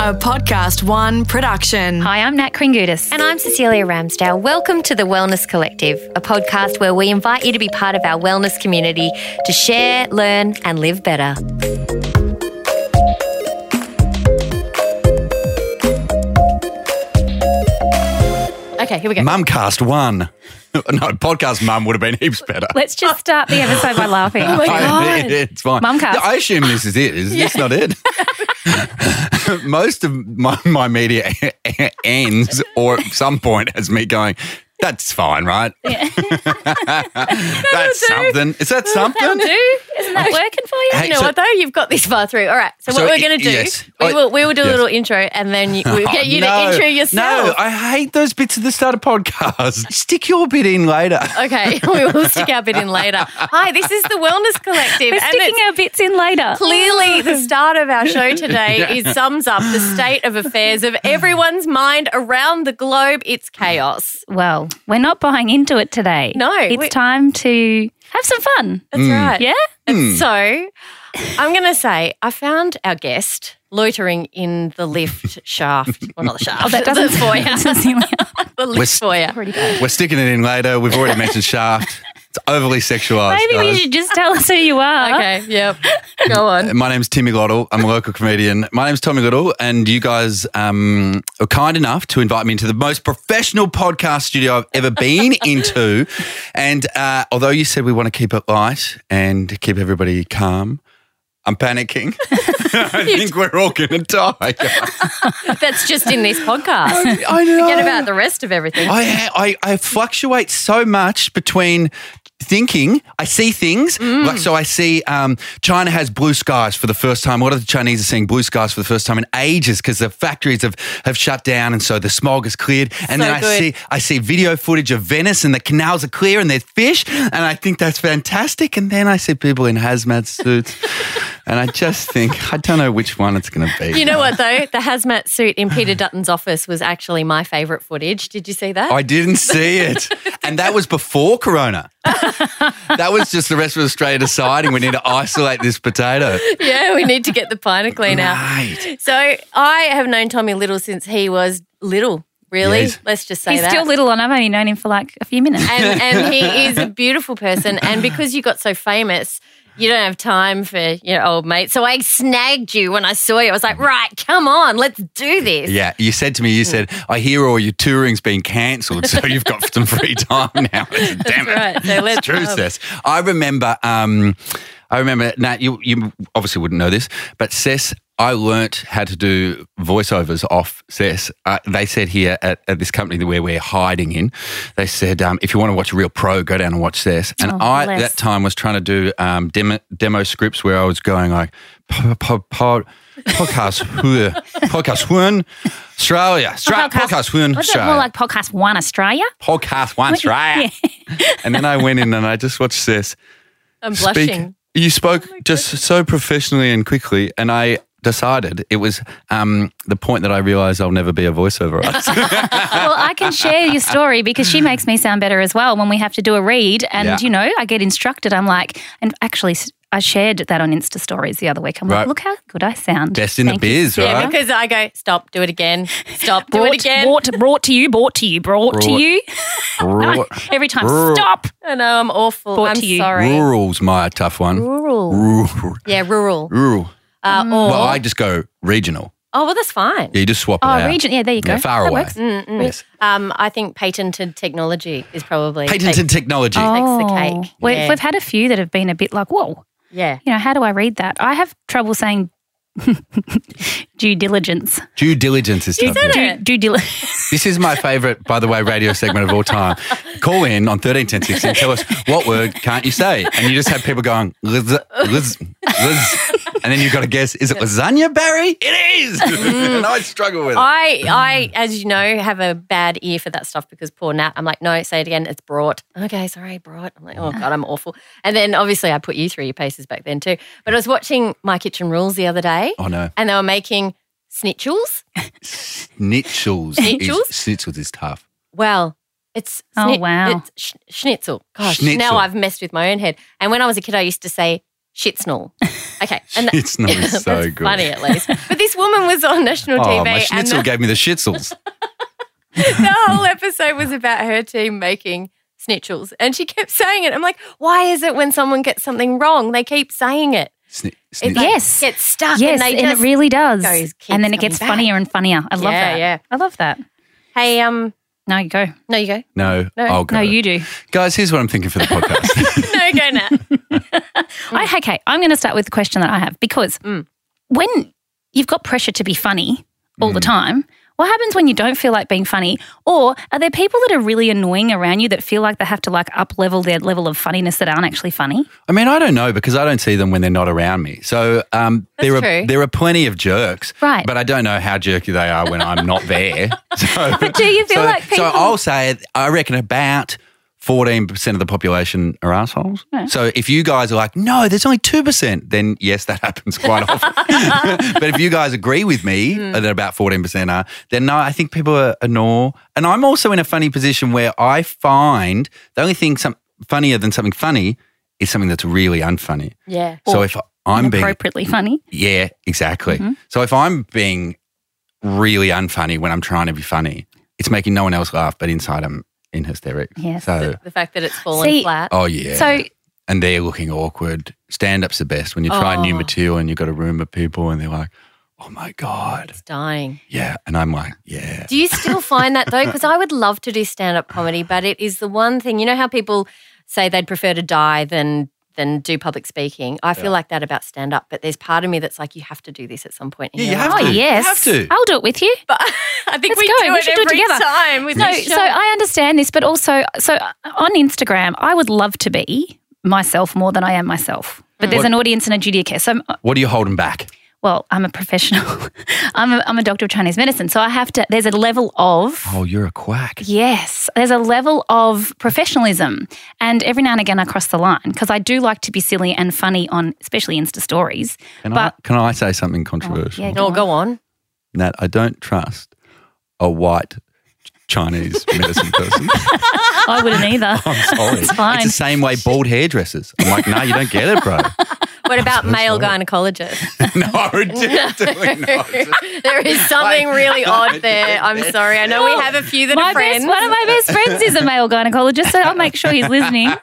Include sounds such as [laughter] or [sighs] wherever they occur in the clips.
A Podcast One production. Hi, I'm Nat Kringudis. And I'm Cecilia Ramsdale. Welcome to The Wellness Collective, a podcast where we invite you to be part of our wellness community to share, learn, and live better. Okay, here we go. Mumcast one. [laughs] no, podcast mum would have been heaps better. Let's just start the episode by [laughs] laughing. [laughs] I- it- it's fine. oh Mumcast. Yeah, I assume this is it. Is [laughs] this not it? [laughs] Most of my, my media [laughs] ends or at some point as me going, that's fine, right? [laughs] that's something. Is that something? do? Isn't that working for you? Hey, you know so- what though? You've got this far through. All right. So what So we're i- going to do? yes. We I- will. We will do a yes. little intro, and then you, we'll get you No, to intro yourself. No, I hate those bits at the start of [laughs] podcasts. Stick your bit in later. Okay, [laughs] we will stick our bit in later. Hi, this is the Wellness Collective. We're and sticking it's our bits in later. Clearly, the start of our show [laughs] today is sums up the state of affairs of everyone's mind around the globe. It's chaos. Well, we're not buying into it today. No, It's we- time to have some fun. That's Mm. right. Yeah? So I'm going to say I found our guest loitering in the lift shaft. Well, not the shaft. Oh, that doesn't [laughs] the [laughs] foyer. [laughs] The lift We're- foyer. We're sticking it in later. We've already mentioned Shaft. It's overly sexualized. Maybe we guys. should just tell us who you are. Okay. Yep. Go on. My name's Timmy Little. I'm a local comedian. My name's Tommy Little, and you guys um, were kind enough to invite me into the most professional podcast studio I've ever [laughs] been into. And uh, although you said we want to keep it light and keep everybody calm, I'm panicking. [laughs] [laughs] I think we're all going to die. That's just in this podcast. I know. [laughs] Forget about the rest of everything. I, I I fluctuate so much between thinking. I see things Mm. like so. I see um, China has blue skies for the first time. What are the Chinese are seeing blue skies for the first time in ages because the factories have have shut down and so the smog is cleared. And So then I good. see I see video footage of Venice and the canals are clear and there's fish and I think that's fantastic. And then I see people in hazmat [laughs] suits. And I just think, I don't know which one it's going to be. You know what though? The hazmat suit in Peter Dutton's office was actually my favourite footage. Did you see that? I didn't see it. and that was before Corona. that was just the rest of Australia deciding we need to isolate this potato. yeah, we need to get the pina clean out. Right. So I have known Tommy Little since he was little. Really? Yes. Let's just say He's that. still little, and I've only known him for like a few minutes. and, and he is a beautiful person. And because you got so famous, you don't have time for your old mate. So I snagged you when I saw you. I was like, right, come on, let's do this. Yeah, you said to me, you said, I hear all your touring's been cancelled, so you've got some free time now. Damn it. right. So let's it's true, go. Sess. I remember, um, I remember, Nat, you, you obviously wouldn't know this, but Sess, I learnt how to do voiceovers off Sess. Uh, they said here at, at this company that where we're hiding in, they said, um, if you want to watch a real pro, go down and watch Sess. And Oh, I, bless. at that time, was trying to do um, demo, demo scripts where I was going like, po- po- po- [laughs] podcast, who- podcast, one, Australia, Stra- podcast, one, What's it Australia more like Podcast One Australia? [laughs] podcast once, right? and then I went in and I just watched this. I'm Speak- blushing. You Oh spoke just so professionally and quickly, and I decided it was um, the point that I realized I'll never be a voiceover [laughs] artist. well, I can share your story because she makes me sound better as well when we have to do a read. And, Yeah. you know, I get instructed. I'm like, and actually, s- I shared that on Insta stories the other week. I'm like, Right. look how good I sound. Best in the Thank you. biz, Yeah, right? because I go, stop, do it again. Stop, do Brought, it again. Brought, brought to you, brought to you, brought, to Brought. you. [laughs] Rural- Every time, Brought. stop. I know, I'm awful. Brought I'm to you. sorry. Rural's my tough one. Rural. Rural. Yeah, rural. Rural. Uh, or, Well, I just go regional. oh, well, that's fine. Yeah, you just swap it Oh, out. region. Yeah, there you go. Yeah, far That away. works. Mm, Yes. Um, I think patented technology is probably. Patented technology. the Oh. cake. We've, Yeah. we've had a few that have been a bit like, whoa, yeah. you know, how do I read that? I have trouble saying [laughs] due diligence. Due diligence is tough. yeah. Due, due diligence. This is my favourite, by the way, radio segment of all time. Call in on 13 10 60 and tell us what word can't you say? And you just have people going, liz, liz, liz. And then you've got to guess, is it lasagna, Barry? It is! [laughs] and I struggle with it. Mm. I, I, as you know, have a bad ear for that stuff because poor Nat. I'm like, no, say it again. It's brought. Okay, sorry, brought. I'm like, oh god, I'm awful. And then obviously I put you through your paces back then too. But I was watching My Kitchen Rules the other day, Oh no, and they were making snitchels. Nitchels. Schnitzels? Is, schnitzels is tough. Well, it's Oh, wow. it's sch- schnitzel. Gosh, Schnitzel. now I've messed with my own head. And when I was a kid, I used to say Shitsnall. Okay. And that- It's not so [laughs] that's good. funny at least. But this woman was on [laughs] national Oh, TV my and schnitzel the, gave me the schnitzels. the [laughs] whole episode was about her team making snitchels. And she kept saying it. I'm like, why is it when someone gets something wrong, they keep saying it? Sni- It snitzel. like, Yes. gets stuck Yes, and they and, just it really does. goes, keeps and then it coming gets back. funnier and funnier. I love Yeah, that. yeah. I love that. Hey, um No, you go. no you go. No, No. I'll go. No, you do. Mm. Guys, here's what I'm thinking for the podcast. No, go now. I, okay, I'm going to start with the question that I have because Mm. when you've got pressure to be funny all Mm. the time, what happens when you don't feel like being funny? Or are there people that are really annoying around you that feel like they have to like up level their level of funniness that aren't actually funny? I mean, I don't know because I don't see them when they're not around me. So um, there are true. there are plenty of jerks, Right. But I don't know how jerky they are when I'm not there. [laughs] So, but do you feel like people- So I'll say it, I reckon about. 14% of the population are assholes. So if you guys are like, no, there's only 2%, then yes, that [laughs] happens quite often. but if you guys agree with me Hmm. that about 14% are, then no, I think people are annoyed. And I'm also in a funny position where I find the only thing some, funnier than something funny is something that's really unfunny. Yeah. So if I'm being, Appropriately funny. yeah, exactly. Mm-hmm. So if I'm being really unfunny when I'm trying to be funny, it's making no one else laugh, but inside I'm in hysterics. Yes. So, The fact that it's fallen See- flat. oh yeah. So and they're looking awkward. Stand up's the best when you try new Oh. material and you've got a room of people and they're like, oh my God. It's dying. Yeah. And I'm like, yeah. Do you still find that though? Because I would love to do stand up comedy, but it is the one thing. You know how people say they'd prefer to die than than do public speaking. I feel like that about stand up, but there's part of me that's like, you have to do this at some point. In Yeah, your you have life. to. oh yes, You have to. I'll do it with you. But I think Let's we go. do We it should do it every together. time. With No, this so show. I understand this, but also, so uh, on Instagram, I would love to be myself more than I am myself. But there's What- an audience and a duty of care. So, I'm- What are you holding back? well, I'm a professional. [laughs] I'm, a, I'm a doctor of Chinese medicine. So I have to, there's a level of, Oh, you're a quack. yes, there's a level of professionalism. And every now and again, I cross the line because I do like to be silly and funny on, especially Insta stories. Can, But- I, can I say something controversial? yeah, Oh, go on. Nat, I don't trust a white [laughs] Chinese medicine person. I wouldn't either. I'm sorry. It's fine. the same way bald hairdressers. I'm like, no, you don't get [laughs] it, bro. [laughs] What about male gynecologists? no, definitely not. there is something really odd there. I'm sorry. I know we have a few that my are best, friends. one of my best friends is a male gynecologist, so I'll make sure he's listening.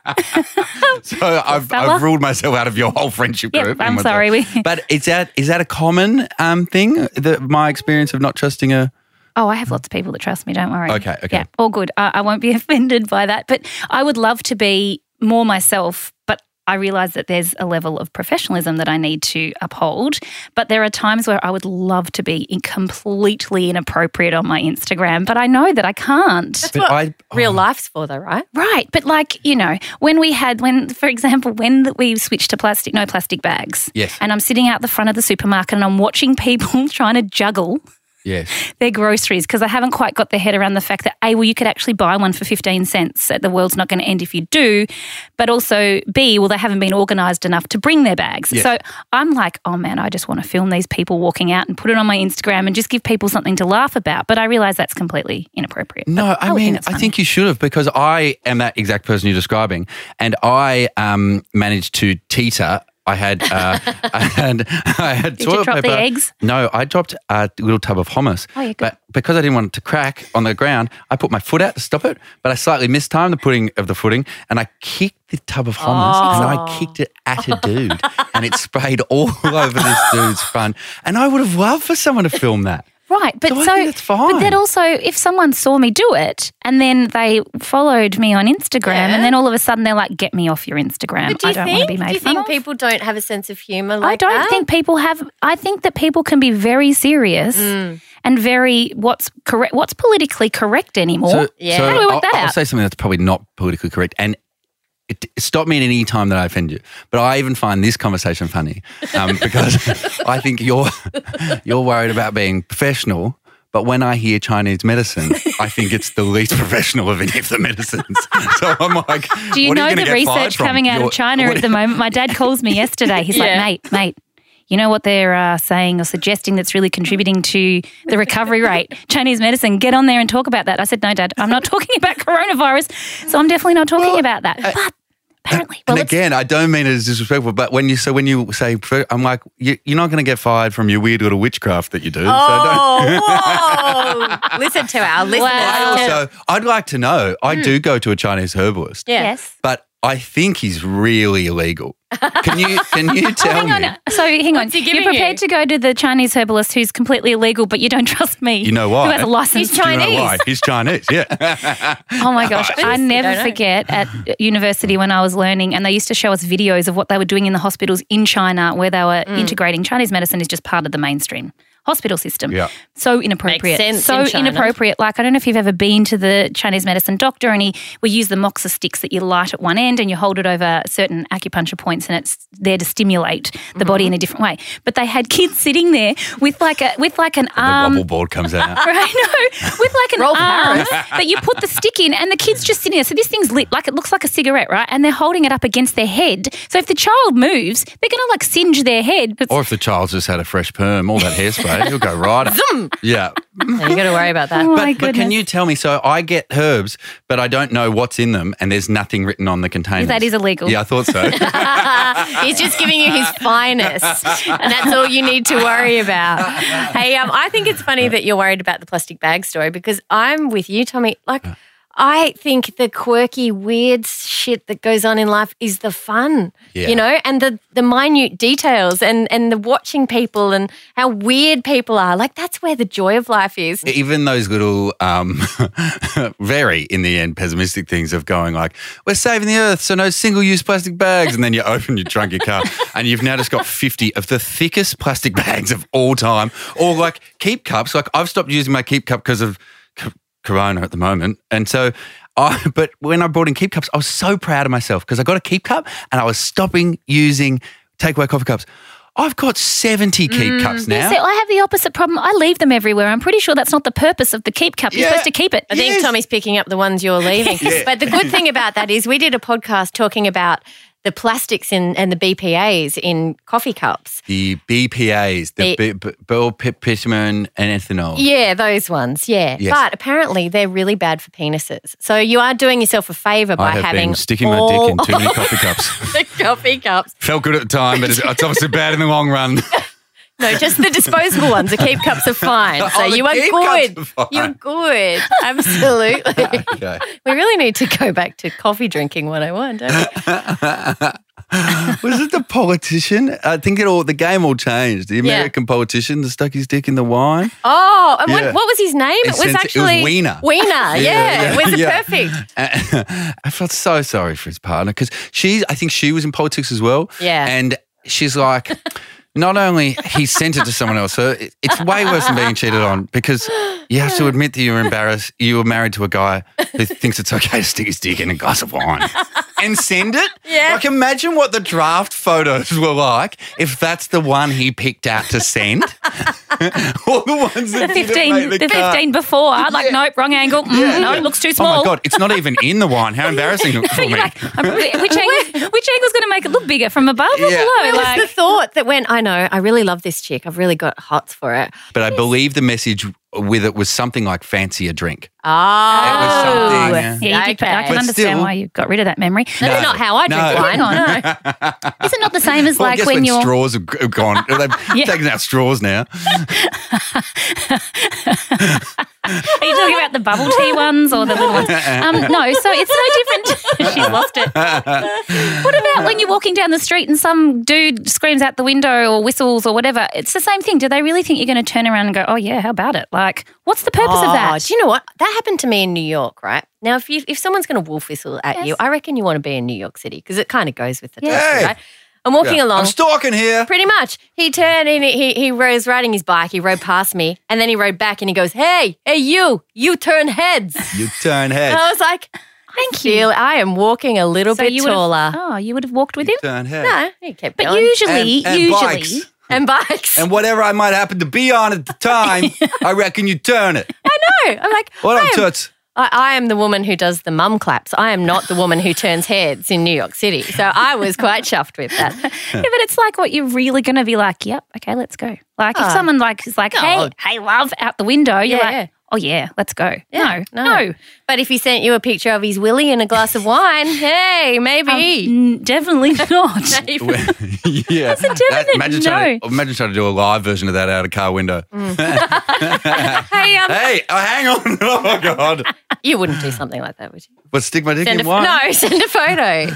So I've, fella. I've ruled myself out of your whole friendship Yep, group. I'm And what's sorry, that. we- But is that is that a common um, thing? The, my experience of not trusting a Oh, I have lots of people that trust me. Don't worry. Okay, okay. Yeah, all good. I, I won't be [laughs] offended by that. But I would love to be more myself, but I realize that there's a level of professionalism that I need to uphold. But there are times where I would love to be in completely inappropriate on my Instagram, but I know that I can't. but I, oh. Real life's for though, right? [laughs] Right, but like you know, when we had when, for example, when th- we switched to plastic, no plastic bags. Yes. And I'm sitting out the front of the supermarket and I'm watching people [laughs] trying to juggle yes. their groceries because I haven't quite got their head around the fact that a well you could actually buy one for 15 cents that the world's not going to end if you do but also b well they haven't been organized enough to bring their bags so i'm like oh man i just want to film these people walking out and put it on my instagram and just give people something to laugh about but i realize that's completely inappropriate No, I, would think mean, Oh, it's I funny. think you should have because I am that exact person you're describing, and I um, managed to teeter. I had, uh, [laughs] I had, I had Did you toilet drop the paper. eggs? No, I dropped a little tub of hummus. Oh, yeah, good. But because I didn't want it to crack on the ground, I put my foot out to stop it, but I slightly mistimed the putting of the footing, and I kicked the tub of hummus, and Oh. I kicked it at a dude, and it sprayed all [laughs] over this dude's front. And I would have loved for someone to film that. Right, but So so, I think that's But fine. then also, if someone saw me do it and then they followed me on Instagram, and then all of a sudden they're like, "Get me off your Instagram! But do you I don't want think? to be made do you fun think of." people don't have a sense of humor? Like I don't that? think people have. I think that people can be very serious and very what's correct, what's politically correct anymore. Yeah. So How do we work I'll, that I'll out? say something that's probably not politically correct, and it, stop me at any time that I offend you. But I even find this conversation funny [laughs] um, because I think you're you're worried about being professional. But when I hear Chinese medicine, I think it's the least [laughs] professional of any of the medicines. [laughs] So I'm like, do you what are know gonna the get fired research from? coming out You're- of China what at the are- moment? My dad calls me yesterday. He's Yeah. like, "Mate, mate." You know what they're uh, saying or suggesting that's really contributing to the recovery [laughs] rate? Chinese medicine. Get on there and [laughs] uh, talk about that. I said, no, Dad, I'm not talking about coronavirus. So I'm definitely not talking about that. but apparently. Well, [laughs] and it's- again, I don't mean it as disrespectful, but when you so when you say, pro- I'm like, you, you're not going to get fired from your weird little witchcraft that you do. Oh, whoa. [laughs] Listen to our listeners. [laughs] So don't, I also, I'd like to know. I Hmm. do go to a Chinese herbalist, Yeah. yes. but I think he's really illegal. [laughs] Can you can you tell me? So hang on. uh, he You're giving prepared to you? go to the Chinese herbalist who's completely illegal, but you don't [laughs] trust me. You know Who why? has a He's license? He's Chinese. You know why? He's Chinese. [laughs] Yeah. Oh my gosh. I don't never know. forget at university when I was learning, and they used to show us videos of what they were doing in the hospitals in China where they were integrating Chinese medicine is just part of the mainstream hospital system. Yeah. So inappropriate. Makes sense so in China. inappropriate. Like I don't know if you've ever been to the Chinese medicine doctor and he we use the moxa sticks that you light at one end and you hold it over certain acupuncture points and it's there to stimulate the body in a different way. But they had kids sitting there with like a with like an the arm wobble board comes out. [laughs] Right, no, with like an Rolf arm Harris. that you put the stick in, and the kid's just sitting there. So this thing's lit, like it looks like a cigarette, right? And they're holding it up against their head. So if the child moves, they're going to like singe their head. But Or if the child's just had a fresh perm, all that hairspray, he'll go right. [laughs] Yeah. Yeah, you got to worry about [laughs] that. oh my But, but can goodness. you tell me? So I get herbs, but I don't know what's in them, and there's nothing written on the containers. That is illegal. Yeah, I thought so. [laughs] He's just giving you his finest, and that's all you need to worry about. Hey, um, I think it's funny that you're worried about the plastic bag story because I'm with you, Tommy. Like, I think the quirky, weird shit that goes on in life is the fun, Yeah. you know, and the the minute details and and the watching people and how weird people are. Like, that's where the joy of life is. Even those little, um, [laughs] very in the end, pessimistic things of going like, we're saving the earth, so no single use plastic bags. And then you open your trunk of your car, and you've now just got 50 of the thickest plastic bags of all time. Or like keep cups. Like I've stopped using my keep cup because of c- Corona at the moment. And so, I, [laughs] but when I brought in keep cups, I was so proud of myself because I got a keep cup and I was stopping using takeaway coffee cups. I've got 70 keep cups now. So I have the opposite problem. I leave them everywhere. I'm pretty sure that's not the purpose of the keep cup. You're Yeah. supposed to keep it. I think Yes. Tommy's picking up the ones [laughs] you're leaving. But the good thing about that is we did a podcast talking about the plastics in, and the BPAs in coffee cups. The BPAs, the B- B- Bill P- Pitman and ethanol. Yeah, those ones. Yeah. Yes. But apparently they're really bad for penises. So you are doing yourself a favor by I have having been sticking my all dick in too many coffee cups. [laughs] [laughs] the coffee cups. Felt good at the time, but it's, it's obviously bad in the long [laughs] run. [laughs] No, just the disposable ones. The keep cups are fine. So [laughs] Oh, the you are keep cups good. are fine. You're good. [laughs] Absolutely. okay. we really need to go back to coffee drinking 101, don't we? Was it the politician? I think it all the game all changed. The Yeah. American politician that stuck his dick in the wine. Oh, and Yeah. what, what was his name? It It's was sent- it was actually Wiener. Wiener, [laughs] yeah, yeah, it was yeah. perfect. And I felt so sorry for his partner because she's, I think she was in politics as well. Yeah. And she's like, not only he sent it to someone else, so it- it's way worse than being cheated on because you have to admit that you're embarrassed. You were married to a guy who thinks it's okay to stick his dick in a glass of wine and send it. Yeah. Like, imagine what the draft photos were like if that's the one he picked out to send. [laughs] All the ones that The didn't 15, make the the cut. 15 before. I'm like, nope, wrong angle. Mm, No, it looks too small. Oh my god, it's not even in the wine. How embarrassing for me. [laughs] You're like, I'm probably- [laughs] which, angle, which angle's going to make it look bigger from above or Yeah. below? It was the Like, thought that went, I know, I really love this chick. I've really got hots for it. But I believe the message with it was something like fancy a drink. Oh, that something, yeah. yeah, you did, but I can But understand still- why you got rid of that memory. That's not how I drink No. wine. Hang on. [laughs] No. Is it not the same as Well, I like guess when when you're straws have g- have [laughs] gone, they've taken out straws now. Are you talking about the bubble tea ones or the little [laughs] ones? Um, no, so it's no different. [laughs] She's lost it. What about when you're walking down the street and some dude screams out the window or whistles or whatever? It's the same thing. Do they really think you're going to turn around and go, oh, yeah, how about it? Like, what's the purpose of Oh, that? do you know what? That happened to me in New York, right? Now, if you, if someone's going to wolf whistle at you, I reckon you want to be in New York City because it kind of goes with the Yeah. title, Hey. right? I'm walking Yeah. along. I'm stalking here. Pretty much. He turned and he, he was riding his bike. He rode past me and then he rode back and he goes, Hey, hey, you, you turn heads. You turn heads. And I was like, Thank you. I am walking a little So bit you would have- taller. Oh, you would have walked with him? turn heads. No, he kept But going. usually, And- and usually. bikes. [laughs] and bikes. And whatever I might happen to be on [laughs] at the time, I reckon you turn it. no, I'm like, What I, up, am, [laughs] Toots? I, I am the woman who does the mum claps. I am not the woman who turns heads in New York City. So I was quite chuffed with that. Yeah, but it's like what you're really going to be like, yep, okay, let's go. Like if someone like is like, hey, hey, love, out the window, you're Oh. Yeah, like, yeah. oh yeah, let's go. Yeah, no, no. But if he sent you a picture of his willy and a glass of wine, hey, maybe. Mm, [laughs] definitely not. Maybe. yeah. definite imagine, trying to, imagine trying to do a live version of that out of car window. Mm. [laughs] hey, um, Hey, oh, hang on. [laughs] Oh, my God. you wouldn't do something like that, would you? But stick my dick Send in a, wine? no, [laughs] send a photo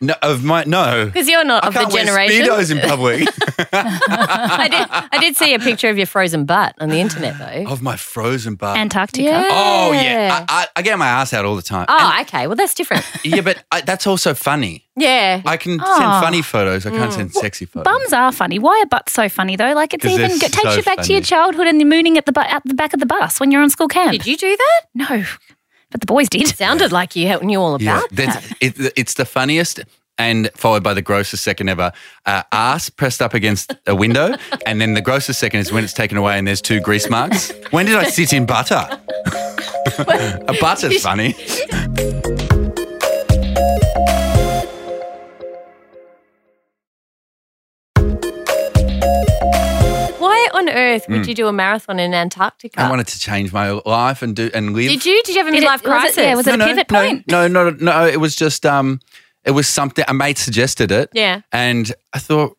No, of my, no. because you're not I of the can't wear generation. speedos in [laughs] public. I did. I did see a picture of your frozen butt on the internet though. of my frozen butt. Antarctica. Yeah. oh, yeah. I, I, I get my ass out all the time. Oh, okay. Well, [laughs] that's different. And- yeah, but I, that's also funny. Yeah. I can Oh. send funny photos. I Mm. can't send sexy photos. Bums are funny. Why are butts so funny though? Like it's 'Cause even they're it takes so you back to your funny. childhood and the mooning at the bu- at the back of the bus when you're on school camp. Did you do that? No, but the boys did. Sounded like you knew all about Yeah, that. that's, it, it's the funniest and followed by the grossest second ever. Uh, ass pressed up against a [laughs] window, and then the grossest second is when it's taken away and there's two grease marks. When did I sit in [laughs] butter? a butter's funny. Why on earth Hmm. would you do a marathon in Antarctica? I wanted to change my life and do and live. did you? Did you have a Did it- midlife was it- crisis? yeah, was it- a pivot no, point? No, no, no, no. It was just um, it was something a mate suggested it. Yeah. and I thought,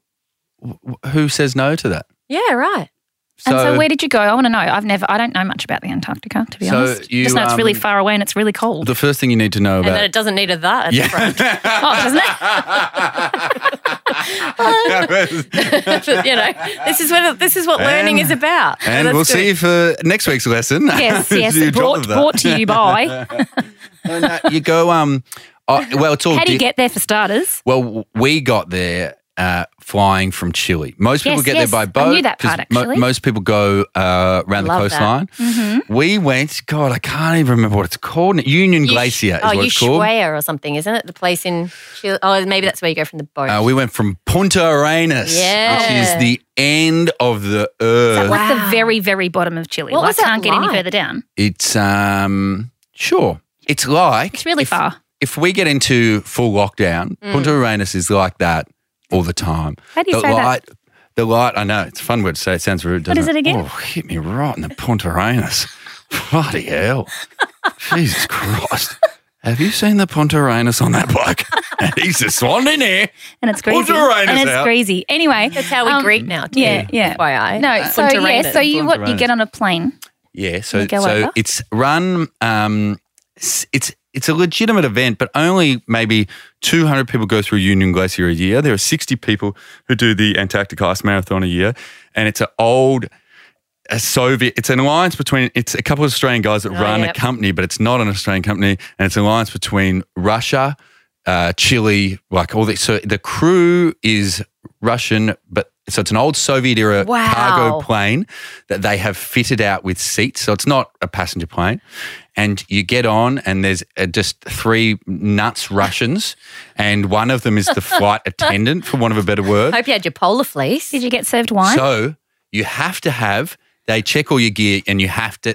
w- w- who says no to that? Yeah, right. and so where did you go? I want to know. I've never. I don't know much about the Antarctica to be So honest. you, Just know it's really um, far away and it's really cold. the first thing you need to know And then about it doesn't need a that. at the front. [laughs] oh, doesn't [laughs] it? you know, this is what this is what learning is about. [laughs] So And that's we'll see good. for next week's lesson. [laughs] Yes, You yes. drop brought, of that. brought to you [laughs] by. No, no, you go. Um. oh, well, it's all. How do you di- get there for starters? Well, w- we got there uh, flying from Chile. Most people Yes, get yes, there by I boat. knew that 'cause part, mo- actually. Mm-hmm. most people go uh, around the love coastline. that. We went. God, I can't even remember what it's called. now. Union Ush- Glacier is oh, what it's called. Ushuaia or something, isn't it? The place in Chile. Oh, maybe that's where you go from the boat. Uh, we went from Punta Arenas, Yeah. which is the end of the earth. Like the very, very bottom of Chile. What Well, was I that can't get any like? further down. It's um sure. It's like It's really if, far. Mm. If we get into full lockdown, Punta Arenas is like that all the time. How do you the say that? light, The light. I know it's a fun word to say. It sounds rude. Doesn't is it again? Oh, hit me right in the Punta Arenas. [laughs] [laughs] Bloody hell! Jesus Christ! Have you seen the Punta Arenas on that [laughs] bloke? He's just swan in here. And it's Well, it's greasy. all right, and it's it's out. greasy. Anyway, that's how we um, Greek now. Too. Yeah, yeah. FYI. No, so yeah, Puntarenas. so you what? You Puntarenas. get on a plane. Yeah, so You go so over? it's run. Um, s- it's it's a legitimate event, but only maybe 200 people go through Union Glacier a year. There are 60 people who do the Antarctic Ice Marathon a year, and it's an old a Soviet. It's an alliance between. It's a couple of Australian guys that Oh, run yep. a company, but it's not an Australian company, and it's an alliance between Russia, uh, Chile, like all the. So the crew is Russian, but so it's an old Soviet era Wow. cargo plane that they have fitted out with seats. So it's not a passenger plane. And you get on, and there's uh, just three nuts Russians, and one of them is the flight [laughs] attendant, for want of a better word. Hope you had your polar fleece. Did you get served wine? So you have to have they check all your gear and you have to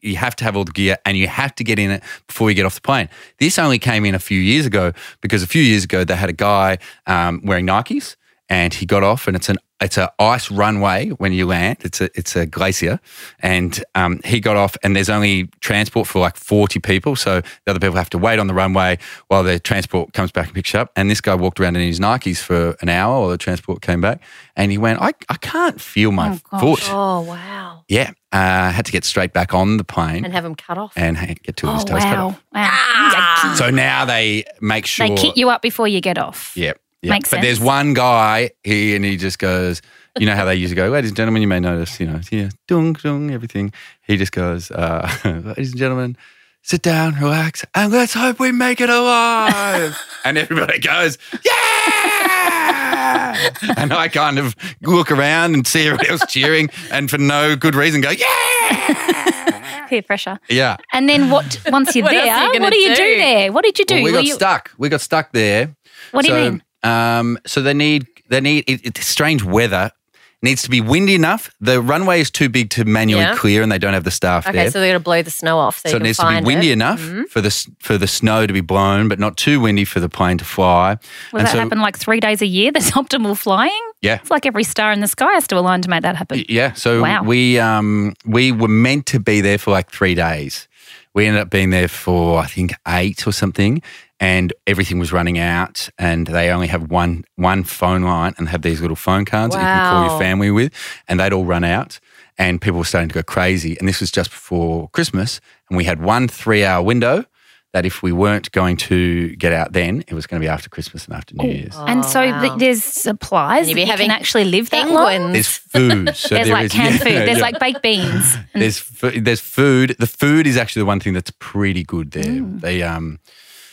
you have to have all the gear and you have to get in it before you get off the plane. This only came in a few years ago because a few years ago they had a guy um, wearing Nikes and he got off and it's an it's a ice runway when you land. It's a it's a glacier and um, he got off and there's only transport for like 40 people so the other people have to wait on the runway while their transport comes back and picks you up and this guy walked around in his nikes for an hour while the transport came back and he went i, I can't feel my Oh, gosh. foot Oh wow! yeah uh, had to get straight back on the plane And and, have them cut off. ha- get two of oh his toes cut wow, off Ah! wow. so now they make sure They kick you up before you get off. Yeah. yeah. Makes but there's sense. one guy he and he just goes, you know how they usually go, ladies and gentlemen, you may notice, you know, yeah, dung, dung, everything. He just goes, uh, [laughs] ladies and gentlemen, sit down, relax, and let's hope we make it alive. [laughs] and everybody goes, yeah. and I kind of look around and see everybody else cheering and for no good reason [laughs] go, yeah. Peer pressure. yeah. And then [laughs] what? Once you're What else there, are you gonna what do you do? do? there? What did you do? Well, we Were got you- stuck. We got stuck there. What do you so, mean? Um, so they need they need it, it's strange weather. needs to be windy enough. The runway is too big to manually Yeah. clear, and they don't have the staff Okay, there. so they're going to blow the snow off. So So, you it can needs to be find windy it. Mm-hmm. enough for the s- for the snow to be blown, but not too windy for the plane to fly. Will that happen like three days a year? [laughs] That's optimal flying. Yeah. It's like every star in the sky has to align to make that happen. Yeah. So Wow. we um we were meant to be there for like three days. We ended up being there for I think eight or something, and everything was running out, and they only have one one phone line and have these little phone cards that you can call your Wow. family with, and they'd all run out, and people were starting to go crazy. And this was just before Christmas, and we had one three hour window. That if we weren't going to get out then, it was going to be after Christmas and after Oh, New Year's. and so Oh, wow. th- there's supplies And that you'd be you having can actually live that long. Penguins. There's food. [laughs] So There's there like is- canned yeah, food. There's yeah. like baked beans. And There's fu- there's food. The food is actually the one thing that's pretty good there. They um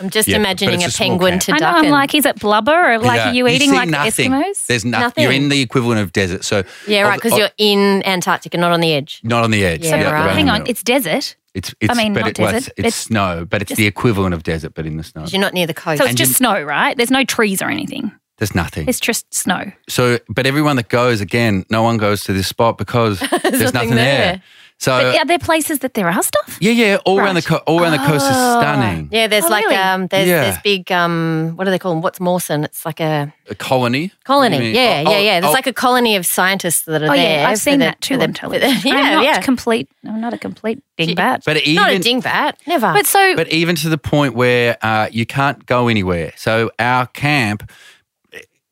I'm just Yeah, but imagining it's a a small penguin cat. to I know. duck I'm in. like, is it blubber or like yeah, are you eating see like the nothing. Eskimos? There's nothing. You're Nothing. in the equivalent of desert. So yeah, of- right, because of- you're in Antarctica, not on the edge. not on the edge. Yeah, you're right. in the Hang on, middle. it's desert. it's it's mean, but not it, well, it's, desert. it's It's snow, but it's the equivalent of desert, but in the snow. You're not near the coast. So it's just snow, right? There's no trees or anything. There's nothing. It's just snow. So, but everyone that goes again, no one goes to this spot because there's, nothing, there. there. So But are there places that there are stuff? yeah, yeah, all around the Right. co- all around the coast is stunning. yeah, there's Oh, like really? um, there's Yeah. there's big um, what do they call them? What's Mawson? It's like a A colony. What do colony. you mean? Yeah, Oh, yeah, yeah. There's oh, like a colony of scientists that are Oh there. yeah, I've for seen the- that too for the- on for the- television. [laughs] I'm Yeah, not yeah. complete. I'm not a complete dingbat. But even Not a dingbat, never. But so but even to the point where uh, you can't go anywhere. So our camp,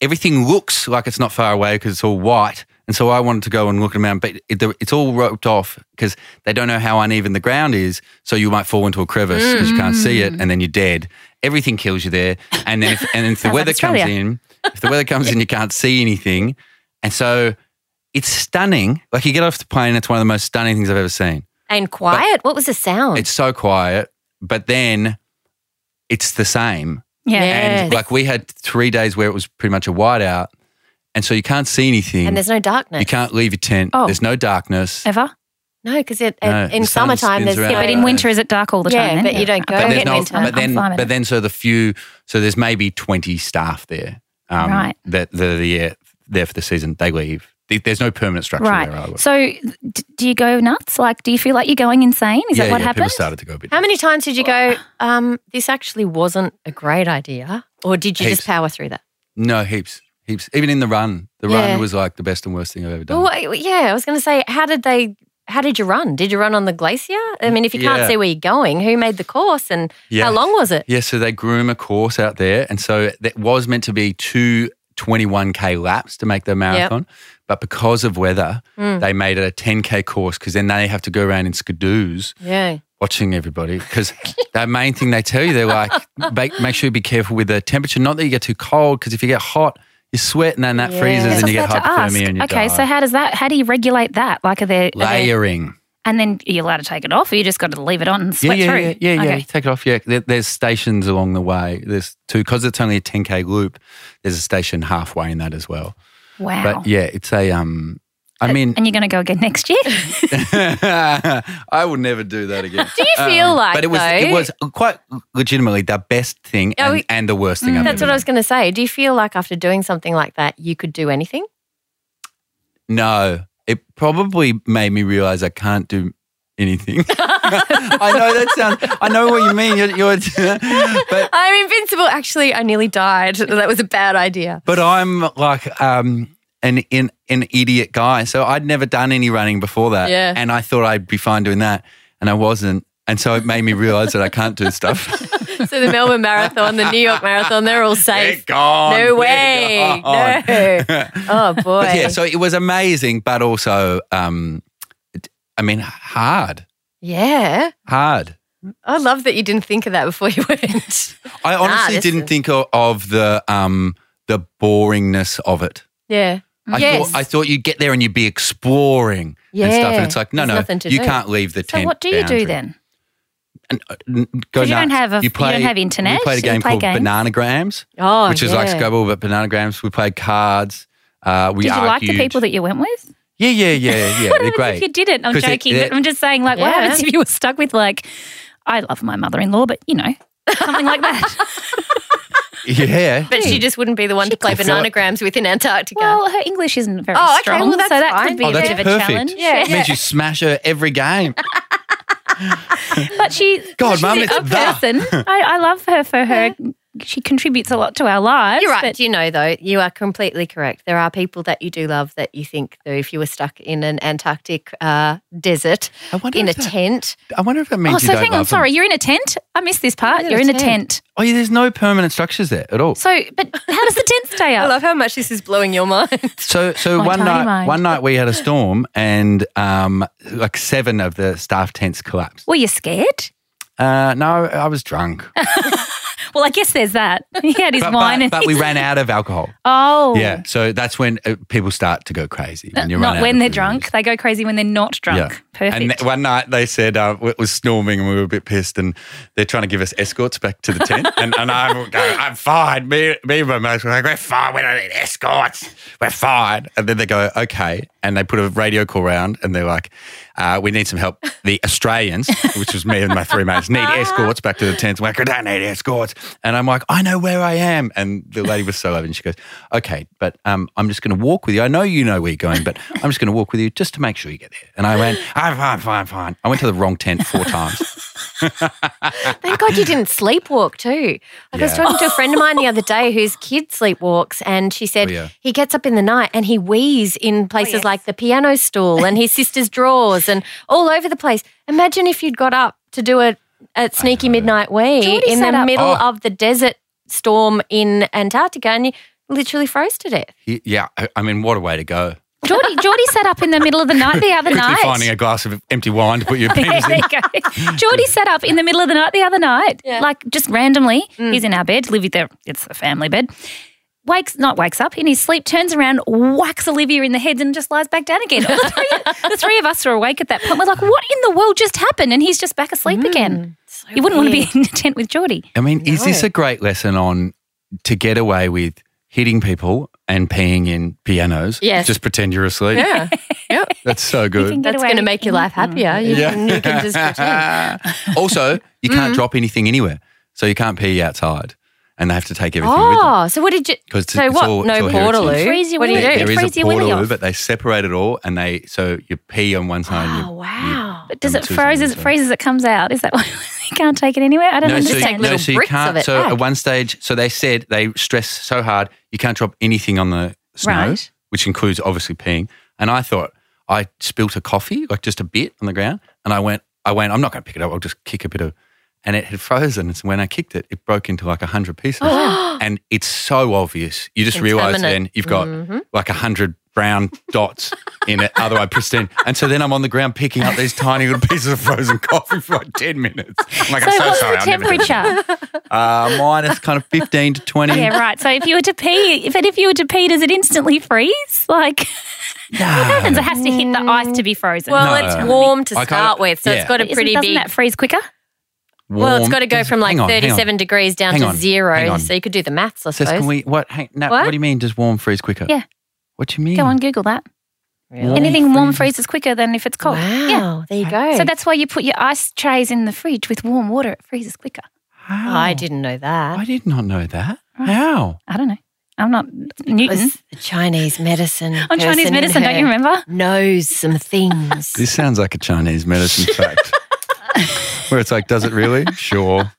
everything looks like it's not far away because it's all white. And so I wanted to go and look around, but it, it's all roped off because they don't know how uneven the ground is. So you might fall into a crevice because you can't see Mm. it, and then you're dead. Everything kills you there. And then if, and if the Sounds like weather comes Australia. in, if the weather comes in, you can't see anything. And so it's stunning. Like you get off the plane, it's one of the most stunning things I've ever seen. and quiet. what was the sound? It's so quiet, but then it's the same. yeah. Yeah. And Yes. like we had three days where it was pretty much a whiteout, and so you can't see anything. and there's no darkness. you can't leave your tent. Oh. There's no darkness. ever. No, because it, No, it- in the sun summertime spins there's around. Yeah, no- but in winter is it dark all the Yeah, time? then? but you don't I go get there's in that. winter. I'm but then, fine with but it. then, so the few, so there's maybe twenty staff there. Um, Right. That the the yeah, there for the season they leave. There- There's no permanent structure there. Right. either. So, d- do you go nuts? Like, do you feel like you're going insane? Is yeah, that what yeah, happened? People started to go a bit. How many times did you go, um, this actually wasn't a great idea? Or did you Heaps. just power through that? no, heaps, heaps. Even in the run, the Yeah. run was like the best and worst thing I've ever done. Well, wha- yeah, I was going to say, how did they, how did you run? Did you run on the glacier? I mean, if you Yeah. can't see where you're going, who made the course and Yeah. how long was it? Yeah, so they groom a course out there. And so that was meant to be two 21K laps to make the marathon. But because of weather, Mm. they made it a 10K course because then they have to go around in skidoos Yeah. watching everybody. Because [laughs] the main thing they tell you, they're like, make, make sure you be careful with the temperature. Not that you get too cold because if you get hot, you sweat and then that freezes That's and what you I get was about to hypothermia and you ask. Okay, die. so how does that? How do you regulate that? Like, are there, are there- Layering. and then are you allowed to take it off, or you just got to leave it on and Yeah, sweat yeah, through? yeah, yeah, yeah. Okay. You Take it off. Yeah, there, there's stations along the way. There's two because it's only a 10k loop. There's a station halfway in that as well. Wow. But yeah, it's a um. I Uh, [laughs] mean, [laughs] and you're going to go again next year? I would never do that again. Do you feel like, But it was though- it was quite legitimately the best thing Oh, and, it- and the worst thing. I've That's ever what I was going to say. Do you feel like after doing something like that, you could do anything? done. No, it probably made me realize I can't do [laughs] anything. [laughs] I know that sounds. I know what you mean. You're, you're [laughs] but I'm invincible. Actually, I nearly died. That was a bad idea. But I'm like um, an, an an idiot guy, so I'd never done any running before that, Yeah. and I thought I'd be fine doing that, and I wasn't, and so it made me realise that I can't do [laughs] stuff. So the Melbourne Marathon, the New York Marathon, they're all They're safe. gone. No They're way. gone. No. Oh boy. [laughs] But yeah, so it was amazing, but also, um, it- I mean, hard, Yeah. hard. I love that you didn't think of that before you [laughs] went. I honestly this didn't is- think of, of the um, the boringness of it. yeah. I Yes. thought I thought you'd get there and you'd be exploring and stuff, and Yeah. it's like no, There's no, nothing to you do. can't leave the so, tent. what do you boundary. do then? N- go 'Cause you don't nuts. have a- you don't have internet, We played a you game play called games. Bananagrams, Oh, which is like yeah. Scrabble but Bananagrams. We played cards. Uh, we Did you like argued. the people that you went with? Yeah, [laughs] yeah, yeah, yeah. They're If you great. didn't, I'm 'Cause it- joking. it- but I'm just saying, like, what Yeah. happens if you were [laughs] stuck with, like, I love my mother in law, but you know, something like that? [laughs] Yeah. But she just wouldn't be the one to play could fill it. bananagrams with in Antarctica. Well, her English isn't very Oh, okay, strong, well, that's so that fine. could be Oh, a that's bit of a perfect. challenge. Yeah. It means you smash her every game. [laughs] But she, God, she's Mum, a it's good that. person. [laughs] I, I love her for her. She contributes a lot to our lives. You're right. but- Do you know though? You are completely correct. There are people that you do love that you think though, if you were stuck in an Antarctic uh, desert I wonder in a if that- tent, I wonder if that Oh, means you so don't hang on. love them. Sorry, you're in a tent. I missed this part. Yeah, You're a in a tent. tent. Oh, yeah, there's no permanent structures there at all. So, but how does the tent stay [laughs] up? I love how much this is blowing your [laughs] mind. So, so My one tiny night, mind. one night we had a storm, and um, like seven of the staff tents collapsed. Were you scared? Uh, no, I was drunk, but, Well, I guess there's that. [laughs] He had his but, wine and but we ran out of alcohol. oh, Yeah, so that's when uh, people start to go crazy. When you run Not out when of they're booze. drunk. They go crazy when they're not drunk. Perfect. And th- one night they said uh, it was storming and we were a bit pissed, and they're trying to give us escorts back to the tent. and and I'm going, I'm fine. Me, me and my mates were like, we're fine. We don't need escorts. We're fine. And then they go, okay. And they put a radio call round and they're like, uh, we need some help. The Australians, which was me and my three mates, need escorts back to the tent. We're like, I don't need escorts. And I'm like, I know where I am. And the lady was so lovely. And she goes, okay, but um, I'm just going to walk with you. I know you know where you're going, but I'm just going to walk with you just to make sure you get there. And I went, I'm fine, fine, fine. I went to the wrong tent four times. Thank God you didn't sleepwalk too. Like I was Yeah. talking to a friend of mine [laughs] the other day whose kid sleepwalks, and she said Oh, yeah. he gets up in the night and he wheezes Oh, in places like the piano stool and his sister's drawers and all over the place. Imagine if you'd got up to do a, a sneaky midnight wee Geordie in the sat up- middle Oh. of the desert storm in Antarctica and you literally froze to death. He- Yeah, I- I mean, what a way to go. Geordie, Geordie sat up in the middle of the night the other Quickly night. finding [laughs] a glass of empty wine to put [laughs] your Yeah, penis there in. you go. Geordie sat up in the middle of the night the other night, like just randomly. Mm. He's in our bed, Livy there. It's a family bed. Wakes, not wakes up in his sleep, turns around, whacks Olivia in the head, and just lies back down again. All the, [laughs] three, the three of us were awake at that point. We're like, what in the world just happened? And he's just back asleep Mm. again. you wouldn't want to be [laughs] in a tent with Geordie. I mean, is this a great lesson on to get away with hitting people and peeing in pianos? Yes. Just pretend you're asleep. [laughs] Yeah. yep. That's so good. can get That's away Mm-hmm. going to with make your life happier. You, Yeah. can, [laughs] you can just pretend. also, you Mm. can't drop anything anywhere, so you can't pee outside, and they have to take everything with them. Oh, so what did you? 'Cause it's- So it's what? all- it's no all heritage. portaloo. Freeze your What do you window. do? It There is a frees your willy portaloo, off. but they separate it all, and they so you pee on one side. and Oh you- wow! But does Um, it so it's on freeze the as it inside. freezes it comes out? Is that [laughs] why you can't take it anywhere? I don't so, understand. take little so you bricks of can't. it Oh. so back. at one stage, so they said they stress so hard you can't drop anything on the snow, Right. which includes obviously peeing. And I thought I spilt a coffee, like just a bit on the ground, and I went, I went, I'm not going to pick it up. I'll just kick a bit of, and it had frozen. And so when I kicked it, it broke into like a hundred pieces, [gasps] and it's so obvious. You just realize Oh, Contaminant. Mm-hmm. then you've got like a hundred brown dots in it, otherwise pristine. And so then I'm on the ground picking up these tiny little pieces of frozen [laughs] coffee for like ten minutes. I'm like, so, I'm so what's sorry. the I never did that." temperature? Uh, minus kind of 15 to 20. yeah, right. So if you were to pee, but if you were to pee, does it instantly freeze? [sighs] Like. happens? It has to hit the ice to be frozen. Mm. Well, No. it's warm to I can't- start with, so yeah. it's got a Isn't- pretty doesn't big. that freeze quicker? well, it's Warm. got to go Does- from like hang on, hang on. 37 degrees down Hang to on, hang zero. on. So you could do the maths, I Says, suppose. can we, what, hang, no, what? What? do you mean? Does warm freeze quicker? Yeah. What do you mean? Go on, Google that. Really? Oh, Anything warm freezes quicker than if it's wow! cold. Yeah. There you go. So that's why you put your ice trays in the fridge with warm water. It freezes quicker. How? I didn't know that. I did not know that. How? I don't know. I'm not It Newton. was a Chinese medicine. I'm Chinese person in medicine. Don't her you remember? Knows some things. [laughs] This sounds like a Chinese medicine fact. Where it's like, does it really? Sure.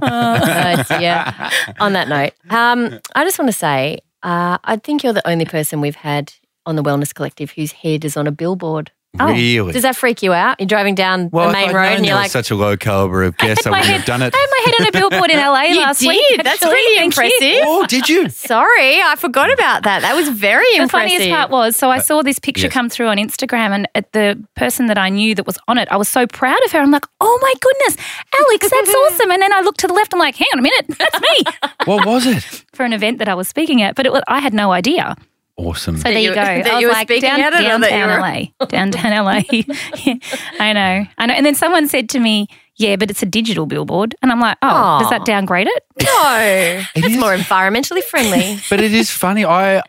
Nice, yeah. On that note, um, I just want to say, uh, I think you're the only person we've had on the Wellness Collective whose head is on a billboard. really? Does that freak you out? You're driving down well, the if main I'd road known and you're there was like, such a low caliber of guess, I my wouldn't head, have done it. I had my head on a billboard [laughs] in LA you last did. week. That's actually. pretty Thank you. impressive. Oh, did you? Sorry, I forgot about that. That was very The impressive. funniest part was, so I saw this picture yes. come through on Instagram, and at the person that I knew that was on it, I was so proud of her. I'm like, oh my goodness, Alex, that's [laughs] awesome. And then I looked to the left, I'm like, hang on a minute, that's me [laughs] What was it? for an event that I was speaking at, but it was, I had no idea. Awesome. So there you, go. you- that I was you were [laughs] like, speaking down, at it or that you downtown were- [laughs] LA, downtown LA. [laughs] Yeah, I know, I know. And then someone said to me, yeah, but it's a digital billboard, and I'm like, oh, Aw. does that downgrade it? [laughs] No, is. it's more environmentally friendly. but it is funny. I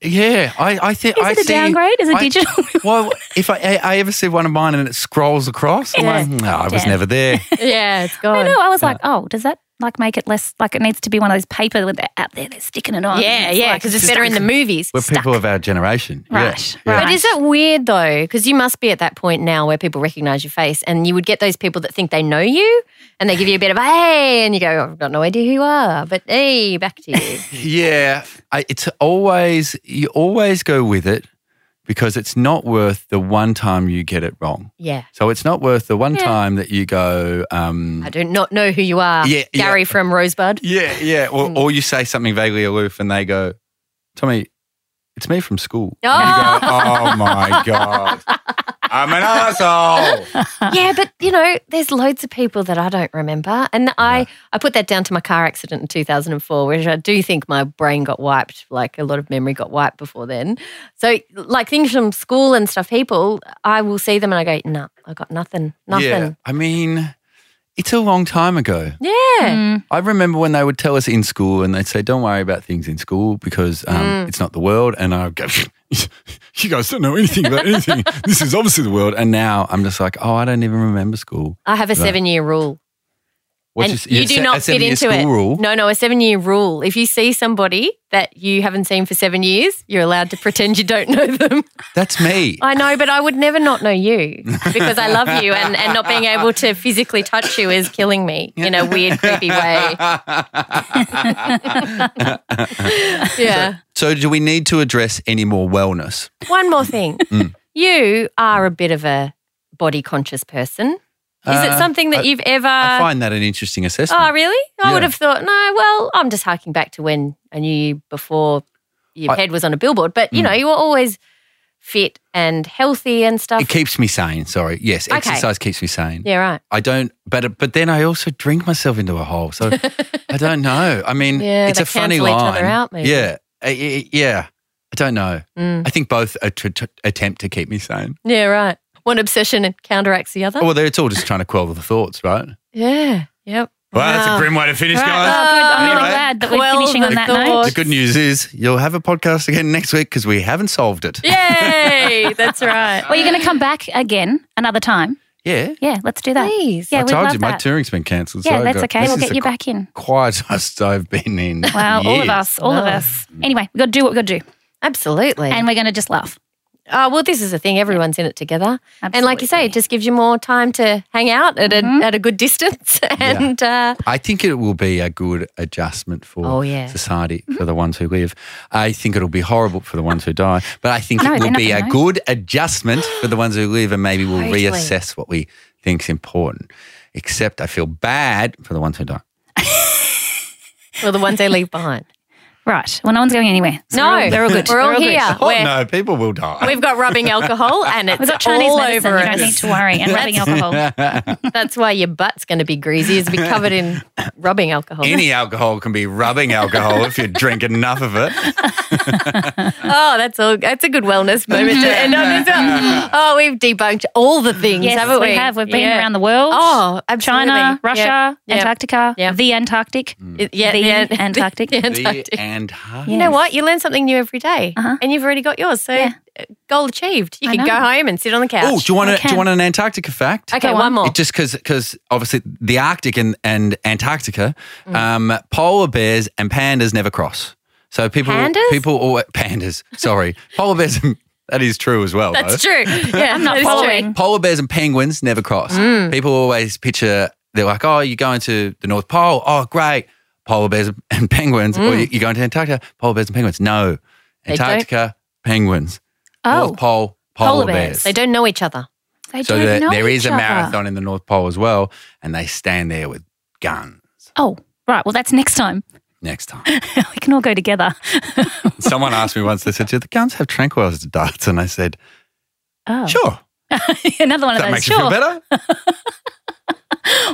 yeah, I I think Is I it a see- downgrade? Is it I- digital? [laughs] well, if I, I I ever see one of mine and it scrolls across, I'm like, no, I was Damn. [laughs] never there. [laughs] yeah, it's I gone. know. I was like, oh, does that like make it less like it needs to be one of those paper when they're out there they're sticking it on. Yeah, It's yeah, like- because it's better in the movies. We're people of our generation. Right, Yeah. right. But is it weird though? Because you must be at that point now where people recognize your face, and you would get those people that think they know you, and they give you a bit of hey, and you go, "Oh, "I've got no idea who you are," but hey, back to you. Yeah, I, it's always you always go with it because it's not worth the one time you get it wrong. yeah, So it's not worth the one time that you go, um, I do not know who you are, Yeah, yeah. Gary from Rosebud. [laughs] yeah, yeah, or, Hmm. or you say something vaguely aloof and they go, Tommy, it's me from school. And you [laughs] go, oh my god, I'm an asshole. yeah, but you know, there's loads of people that I don't remember, and I I put that down to my car accident in 2004, which I do think my brain got wiped, like a lot of memory got wiped before then. So, like things from school and stuff, people I will see them and I go, no, I got nothing, Yeah, nothing. I mean, it's a long time ago. Yeah, Mm. I remember when they would tell us in school, and they'd say, "Don't worry about things in school because um, Mm. it's not the world." And I would go, [laughs] "You guys don't know anything about [laughs] anything. this is obviously the world." And now I'm just like, "Oh, I don't even remember school." I have a seven year rule. What's and your- you your do se- a not fit seven-year into school it. Rule? No, no, a seven year rule. If you see somebody that you haven't seen for seven years, you're allowed to [laughs] pretend you don't know them. That's me. [laughs] I know, but I would never not know you because I love you, and, and not being able to physically touch you is killing me in a weird, [laughs] creepy way. yeah. so, do we need to address any more wellness? One more thing. Mm. You are a bit of a body conscious person. Is it Uh, something that I- you've ever. I find that an interesting assessment. oh, really? I Yeah. would have thought, no, well, I'm just harking back to when I knew you before your I- Mm. head was on a billboard, but you know, you were always fit and healthy and stuff. It keeps me sane. Sorry. Yes, Okay. exercise keeps me sane. yeah, right. I don't, but but then I also drink myself into a [laughs] hole. So I don't know. I mean, Yeah, it's they a funny cancel each line. other out, maybe. Yeah, I- I- yeah. I don't know. I think both a tr- tr- attempt to keep me sane. Mm. Yeah, right. One obsession and counteracts the other. Oh, well, they're- it's all just trying to quell the thoughts, right? Yeah. Yep. Well, that's a grim way to finish, Right, Oh, well, guys. good. Uh, I'm really Anyway. glad that we're Well, finishing on the that thought. note. The good news is you'll have a podcast again next week because we haven't solved it. [laughs] Yay! That's right. Well, you're going to come back again another time. Yeah. Yeah, let's do that. Please. Yeah, I we'd told love you my that. touring's been cancelled. so yeah, I that's got- okay. this We'll is get the you back in. Quietest I've been in. Wow, all of years. us, all of Wow. us. Anyway, we've got to do what we've got to do. Absolutely. And we're going to just laugh. oh, well, this is the thing. Everyone's in it together. And like you say, Absolutely. it Mm-hmm. just gives you more time to hang out at, a, at a good distance. [laughs] And uh, I think it will be a good adjustment for Oh, yeah. society for the ones who live. I think it'll be horrible for the ones who die, but I think No, it they're will not be a gonna know. good adjustment for the ones who live, and maybe we'll Totally. reassess what we think's important. Except I feel bad for the ones who die. well, the ones they leave behind. Right. Well, no one's going anywhere. So No, we're all, they're all good. We're all here. Uh, We're- Oh, no, people will die. We've got rubbing alcohol and it's We've got Chinese all medicine. over You don't need us. to worry. And rubbing [laughs] alcohol. That's why your butt's going to be greasy, is be [laughs] covered in rubbing alcohol. Any alcohol can be rubbing alcohol if you drink enough of it. [laughs] Oh, that's all. That's a [laughs] good wellness moment to end on as well. Oh, we've debunked all the things, Yes, haven't we? we have. We've been around the world. Oh, absolutely. China, Russia, Yep. Antarctica, Yep. the Antarctic, Yep. Yeah, the [laughs] yeah. Antarctic. The The [laughs] Antarctic. Antarctic. You know what? You learn something new every day, and you've already got yours. So, uh, goal achieved. You Uh-huh. I can know. go home and sit on the couch. Oh, do you want a, do Okay. you want an Antarctica fact? okay, one more. It just because obviously the Arctic and, and Antarctica, Mm. um, polar bears and pandas never cross. So people Pandas? people always, pandas. [laughs] Sorry, polar bears. and- that is true as well. That's though. true. [laughs] Yeah, I'm not following. Polar bears and penguins never cross. Mm. People always picture they're like, oh, you're going to the North Pole. Oh, great. Polar bears and penguins, or you- you're going to Antarctica. Polar bears and penguins. No, Mm. don't- Antarctica penguins. Oh, North Pole polar, polar bears. bears. They don't know each other. they So don't there, know there is each a other. marathon in the North Pole as well, and they stand there with guns Oh, right. Well, that's next time. [laughs] next time. we can all go together. [laughs] Someone asked me once, they said, Do the guns have tranquilizer darts? And I said, Oh. Sure. Another one of That those. makes you feel Sure. better.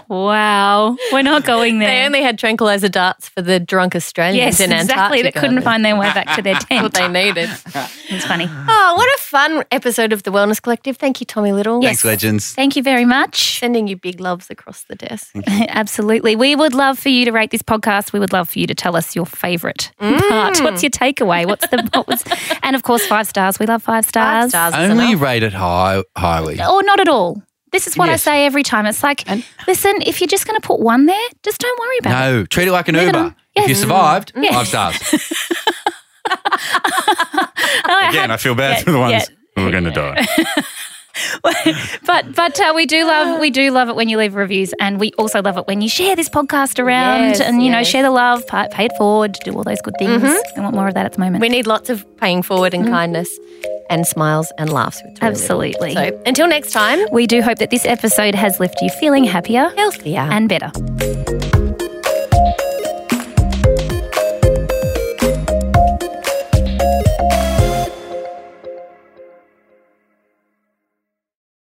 Wow. We're [laughs] not going there. They only had tranquilizer darts for the drunk Australians yes, in exactly. Antarctica. That couldn't find their way back to [laughs] their tent. what [laughs] they needed. It's funny. Oh, what a fun episode of the Wellness Collective. Thank you, Tommy Little. Thanks, legends. Thank you very much. [laughs] Sending you big loves across the desk. Absolutely. We would love for you to rate this podcast. We would love for you to tell us your favorite Mm. part. What's your takeaway? What's the what [laughs] was and of course five stars. We love five stars. Five stars is Only enough. rate it high, highly. Or not at all. This is what Yes. I say every time. It's like, listen, if you're just going to put one there, just don't worry about it. No, treat it like an Leave it Uber. on. If you Yes. survived, Mm. [laughs] five stars. [laughs] Again, I feel bad yeah, for the ones who are yeah. going to die. but but uh, we do love we do love it when you leave reviews, and we also love it when you share this podcast around Yes, and you know yes. Mm-hmm. share the love, pa- pay it forward, do all those good things. I want more of that at the moment. We need lots of paying forward and kindness and smiles and laughs. With Tori Little. Absolutely. So until next time, we do hope that this episode has left you feeling happier healthier. and better.